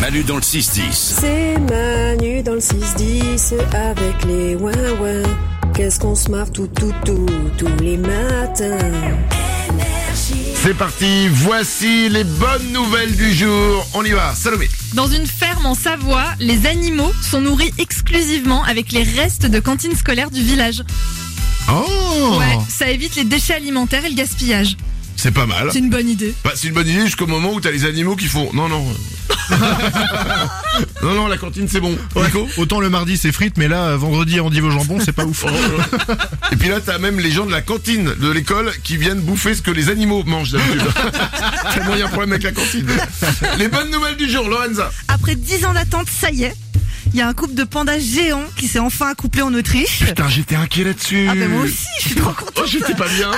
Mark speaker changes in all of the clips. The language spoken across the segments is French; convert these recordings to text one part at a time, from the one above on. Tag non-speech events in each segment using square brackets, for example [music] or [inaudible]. Speaker 1: Manu dans le 6-10.
Speaker 2: C'est Manu dans le 6-10 avec les ouin-ouin. Qu'est-ce qu'on se marre tout, tout, tout, tous les matins.
Speaker 3: C'est parti, voici les bonnes nouvelles du jour. On y va, Salomé.
Speaker 4: Dans une ferme en Savoie, les animaux sont nourris exclusivement avec les restes de cantines scolaires du village.
Speaker 3: Oh
Speaker 4: Ouais, ça évite les déchets alimentaires et le gaspillage.
Speaker 3: C'est pas mal.
Speaker 4: C'est une bonne idée.
Speaker 3: Bah, c'est une bonne idée jusqu'au moment où t'as les animaux qui font. Non,
Speaker 5: [laughs]
Speaker 3: non. non, non, la cantine c'est bon. Nico
Speaker 6: Autant le mardi c'est frites, mais là, euh, vendredi endive au jambon, c'est pas
Speaker 3: [laughs]
Speaker 6: ouf.
Speaker 3: Oh, Et puis là, t'as même les gens de la cantine de l'école qui viennent bouffer ce que les animaux mangent
Speaker 6: [laughs]
Speaker 3: d'habitude. c'est le moyen problème avec la cantine. Les bonnes nouvelles du jour, Lorenza.
Speaker 5: Après 10 ans d'attente, ça y est. Il y a un couple de pandas géants qui s'est enfin accouplé en Autriche.
Speaker 3: Putain, j'étais inquiet là-dessus.
Speaker 5: Ah ben moi aussi, je suis trop contente.
Speaker 3: Oh, j'étais pas bien.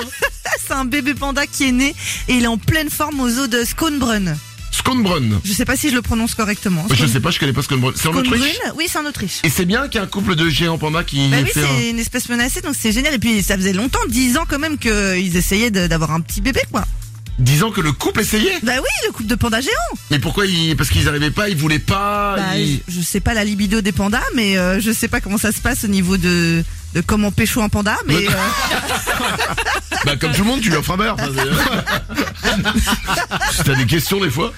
Speaker 5: C'est un bébé panda qui est né et il est en pleine forme aux eaux de Skånbrunn.
Speaker 3: Skånbrunn.
Speaker 5: Je sais pas si je le prononce correctement.
Speaker 3: Je sais pas, je connais pas Skånbrunn. C'est en Autriche.
Speaker 5: Skånbrunn Oui, c'est en Autriche.
Speaker 3: Et c'est bien qu'il y ait un couple de géants pandas qui
Speaker 5: Bah oui,
Speaker 3: fait un-
Speaker 5: c'est une espèce menacée, donc c'est génial. Et puis ça faisait longtemps, 10 ans quand même, qu'ils essayaient de- d'avoir un petit bébé, quoi.
Speaker 3: disant que le couple essayait.
Speaker 5: Bah oui, le couple de pandas géants.
Speaker 3: Mais pourquoi ils Parce qu'ils arrivaient pas, ils voulaient pas.
Speaker 5: Bah,
Speaker 3: ils-
Speaker 5: je, je sais pas la libido des pandas, mais euh, je sais pas comment ça se passe au niveau de, de comment pécho un panda, mais
Speaker 3: Ouais.
Speaker 5: euh,
Speaker 3: Bah comme tout le monde, tu lui offres un beurre. Enfin, c'est- si t'as des questions des fois.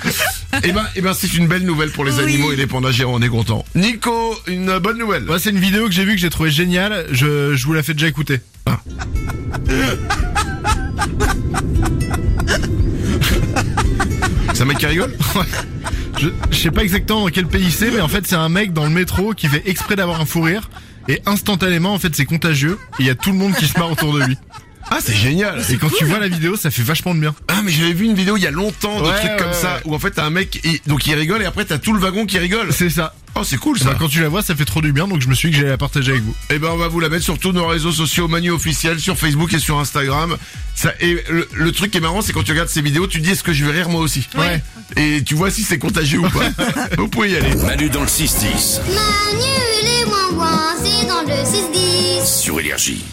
Speaker 3: Eh ben, eh ben c'est une belle nouvelle pour les
Speaker 5: Oui.
Speaker 3: animaux et les pandas géants, on est content. Nico, une bonne nouvelle.
Speaker 6: Moi, c'est une vidéo que j'ai vue que j'ai trouvé géniale. Je, je vous la fais déjà écouter. Ah.
Speaker 3: [laughs] C'est un mec qui rigole
Speaker 6: Je, je sais pas exactement dans quel pays c'est, mais en fait, c'est un mec dans le métro qui fait exprès d'avoir un fou rire. Et instantanément, en fait, c'est contagieux. Et il y a tout le monde qui se marre autour de lui.
Speaker 3: Ah c'est génial.
Speaker 6: Et quand tu vois la vidéo, ça fait vachement de bien.
Speaker 3: Ah mais j'avais vu une vidéo il y a longtemps de
Speaker 6: Ouais,
Speaker 3: trucs
Speaker 6: ouais,
Speaker 3: comme
Speaker 6: ouais.
Speaker 3: ça où en fait t'as un mec et donc il rigole et après t'as tout le wagon qui rigole.
Speaker 6: C'est ça.
Speaker 3: Oh c'est cool ça.
Speaker 6: Bah, quand tu la vois, ça fait trop du bien, donc je me suis dit que j'allais la partager avec vous.
Speaker 3: Eh ben, on va vous la mettre sur tous nos réseaux sociaux, Manu officiel, sur Facebook et sur Instagram. Ça, et le, le truc qui est marrant, c'est quand tu regardes ces vidéos, tu dis est-ce que je vais rire moi aussi.
Speaker 6: Ouais.
Speaker 3: Et tu vois si c'est contagieux ou pas. vous pouvez y aller.
Speaker 1: Manu dans le 6-10.
Speaker 7: Manu, les moins c'est dans le 6-10.
Speaker 1: Sur Énergie.